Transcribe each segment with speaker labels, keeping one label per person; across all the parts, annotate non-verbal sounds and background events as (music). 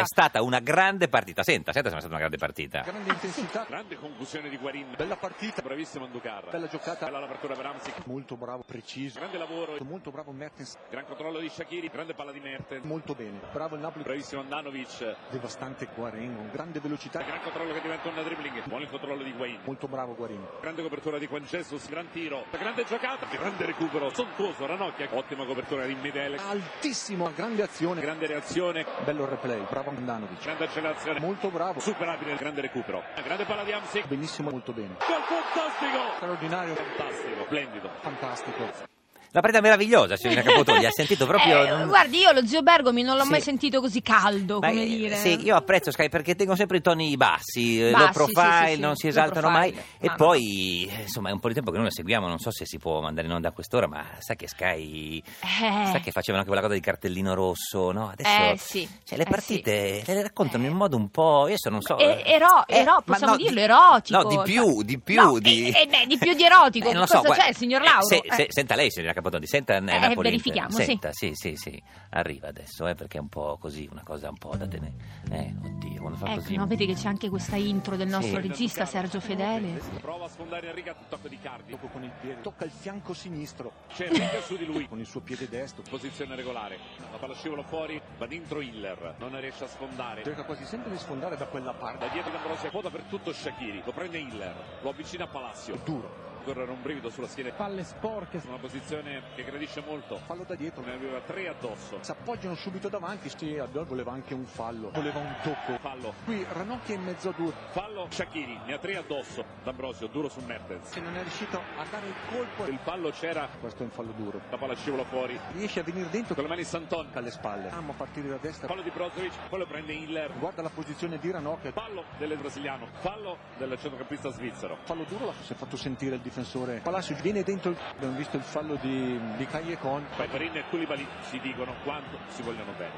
Speaker 1: È stata una grande partita. Senta, senta se è stata una grande partita.
Speaker 2: Grande intensità,
Speaker 3: Grande conclusione di Guarin.
Speaker 2: bella partita,
Speaker 3: Bravissimo Anducarra.
Speaker 2: bella giocata,
Speaker 3: Bella l'apertura per Amsic.
Speaker 2: molto bravo, preciso,
Speaker 3: Grande lavoro.
Speaker 2: molto bravo Mertens,
Speaker 3: Gran controllo di Shakiri. Grande palla di Mertens.
Speaker 2: molto bene, bravo il Napoli,
Speaker 3: Bravissimo Andanovic.
Speaker 2: devastante Guarin, con grande velocità,
Speaker 3: Gran controllo che diventa un dribbling. Buon il controllo di Guain.
Speaker 2: molto bravo Guarin.
Speaker 3: Grande copertura di Juan Jesus. Gran tiro. Grande giocata. Grande recupero. Sontuoso Ranocchia. Ottima copertura di Medele.
Speaker 2: Altissima, grande azione,
Speaker 3: Grande reazione.
Speaker 2: bello replay, bravo Andanovic,
Speaker 3: Grande accelerazione.
Speaker 2: molto bravo,
Speaker 3: Superabile. Grande recupero. Grande palla di Amsic.
Speaker 2: benissimo, molto bene,
Speaker 3: Gol fantastico.
Speaker 2: straordinario,
Speaker 3: Fantastico. Splendido.
Speaker 2: fantastico.
Speaker 1: Una partita meravigliosa, signorina Capotoglia. Ha sentito proprio.
Speaker 4: (laughs) Eh, guardi, io lo zio Bergomi non l'ho
Speaker 1: Sì.
Speaker 4: mai sentito così caldo,
Speaker 1: Ma,
Speaker 4: come
Speaker 1: eh,
Speaker 4: dire.
Speaker 1: Sì, io apprezzo Sky perché tengo sempre i toni bassi, eh,
Speaker 4: Bassi,
Speaker 1: low profile,
Speaker 4: sì, sì, sì,
Speaker 1: non si
Speaker 4: low
Speaker 1: esaltano mai.
Speaker 4: profile.
Speaker 1: E
Speaker 4: Ah,
Speaker 1: poi, eh, insomma, è un po' di tempo che noi lo seguiamo. Non so se si può mandare in onda a quest'ora, ma sa che Sky.
Speaker 4: Eh,
Speaker 1: Sa che facevano anche quella cosa di cartellino rosso, no? Adesso
Speaker 4: eh, sì.
Speaker 1: Cioè, le
Speaker 4: eh,
Speaker 1: partite le raccontano
Speaker 4: Eh.
Speaker 1: in modo un po'. Io adesso non so. eh.
Speaker 4: E- ero- ero-
Speaker 1: ma
Speaker 4: possiamo
Speaker 1: di-
Speaker 4: dirlo, erotico,
Speaker 1: No, di più,
Speaker 4: cioè-
Speaker 1: di più.
Speaker 4: No,
Speaker 1: di...
Speaker 4: eh, eh, beh, di più di erotico.
Speaker 1: non lo
Speaker 4: Cosa
Speaker 1: guarda-
Speaker 4: c'è, signor
Speaker 1: (laughs) eh,
Speaker 4: Lauro?
Speaker 1: se- se-
Speaker 4: Eh.
Speaker 1: senta lei, signora Capotondi, senta eh,
Speaker 4: Eh,
Speaker 1: Napoli.
Speaker 4: verifichiamo, sì.
Speaker 1: senta, sì. sì, sì, Arriva adesso, eh, perché è un po' così, una cosa un po' da tenere. Eh, oddio, quando fa
Speaker 4: Ecco,
Speaker 1: così.
Speaker 4: no, vedi che c'è anche questa intro del nostro
Speaker 1: Sì.
Speaker 4: regista Sergio Fedele.
Speaker 3: Prova a sfondare Enrica un tocco di Cardi.
Speaker 2: Dopo con il piede, tocca il fianco sinistro,
Speaker 3: C'è Enrica su di lui.
Speaker 2: con il suo piede destro,
Speaker 3: Posizione regolare. La palla scivola fuori. Va dentro Hiller. Non riesce a sfondare.
Speaker 2: cerca quasi sempre di sfondare da quella
Speaker 3: Da
Speaker 2: parte,
Speaker 3: dietro D'Ambrosio può dappertutto Shakiri, lo prende Hiller, lo avvicina a Palacio,
Speaker 2: duro,
Speaker 3: correre un brivido sulla schiena,
Speaker 2: palle sporche,
Speaker 3: una posizione che gradisce molto,
Speaker 2: fallo da dietro,
Speaker 3: ne aveva tre addosso,
Speaker 2: si appoggiano subito davanti, sì, Abdol voleva anche un fallo, voleva un tocco.
Speaker 3: fallo,
Speaker 2: Qui Ranocchia in mezzo a due,
Speaker 3: fallo Shakiri, ne ha tre addosso, D'Ambrosio duro su Mertens,
Speaker 2: che non è riuscito a dare il colpo.
Speaker 3: il fallo c'era,
Speaker 2: Questo è un fallo duro.
Speaker 3: la palla scivola fuori,
Speaker 2: Riesce a venire dentro
Speaker 3: con le mani Santon,
Speaker 2: alle spalle. Amo a partire da destra.
Speaker 3: fallo di Brozovic, poi lo prende Hiller,
Speaker 2: Guarda la posizione di Ranocchia.
Speaker 3: fallo del brasiliano, fallo del centrocampista svizzero.
Speaker 2: Fallo duro l'ha- si è fatto sentire il difensore. Palacio viene dentro. Abbiamo visto il fallo di, di Cagliecon.
Speaker 3: Peperin e Koulibaly ci dicono quanto si vogliono bene.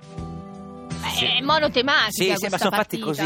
Speaker 4: Eh, È monotemastica
Speaker 1: Sì, sì, ma
Speaker 4: questa
Speaker 1: sono fatti
Speaker 4: partita.
Speaker 1: così.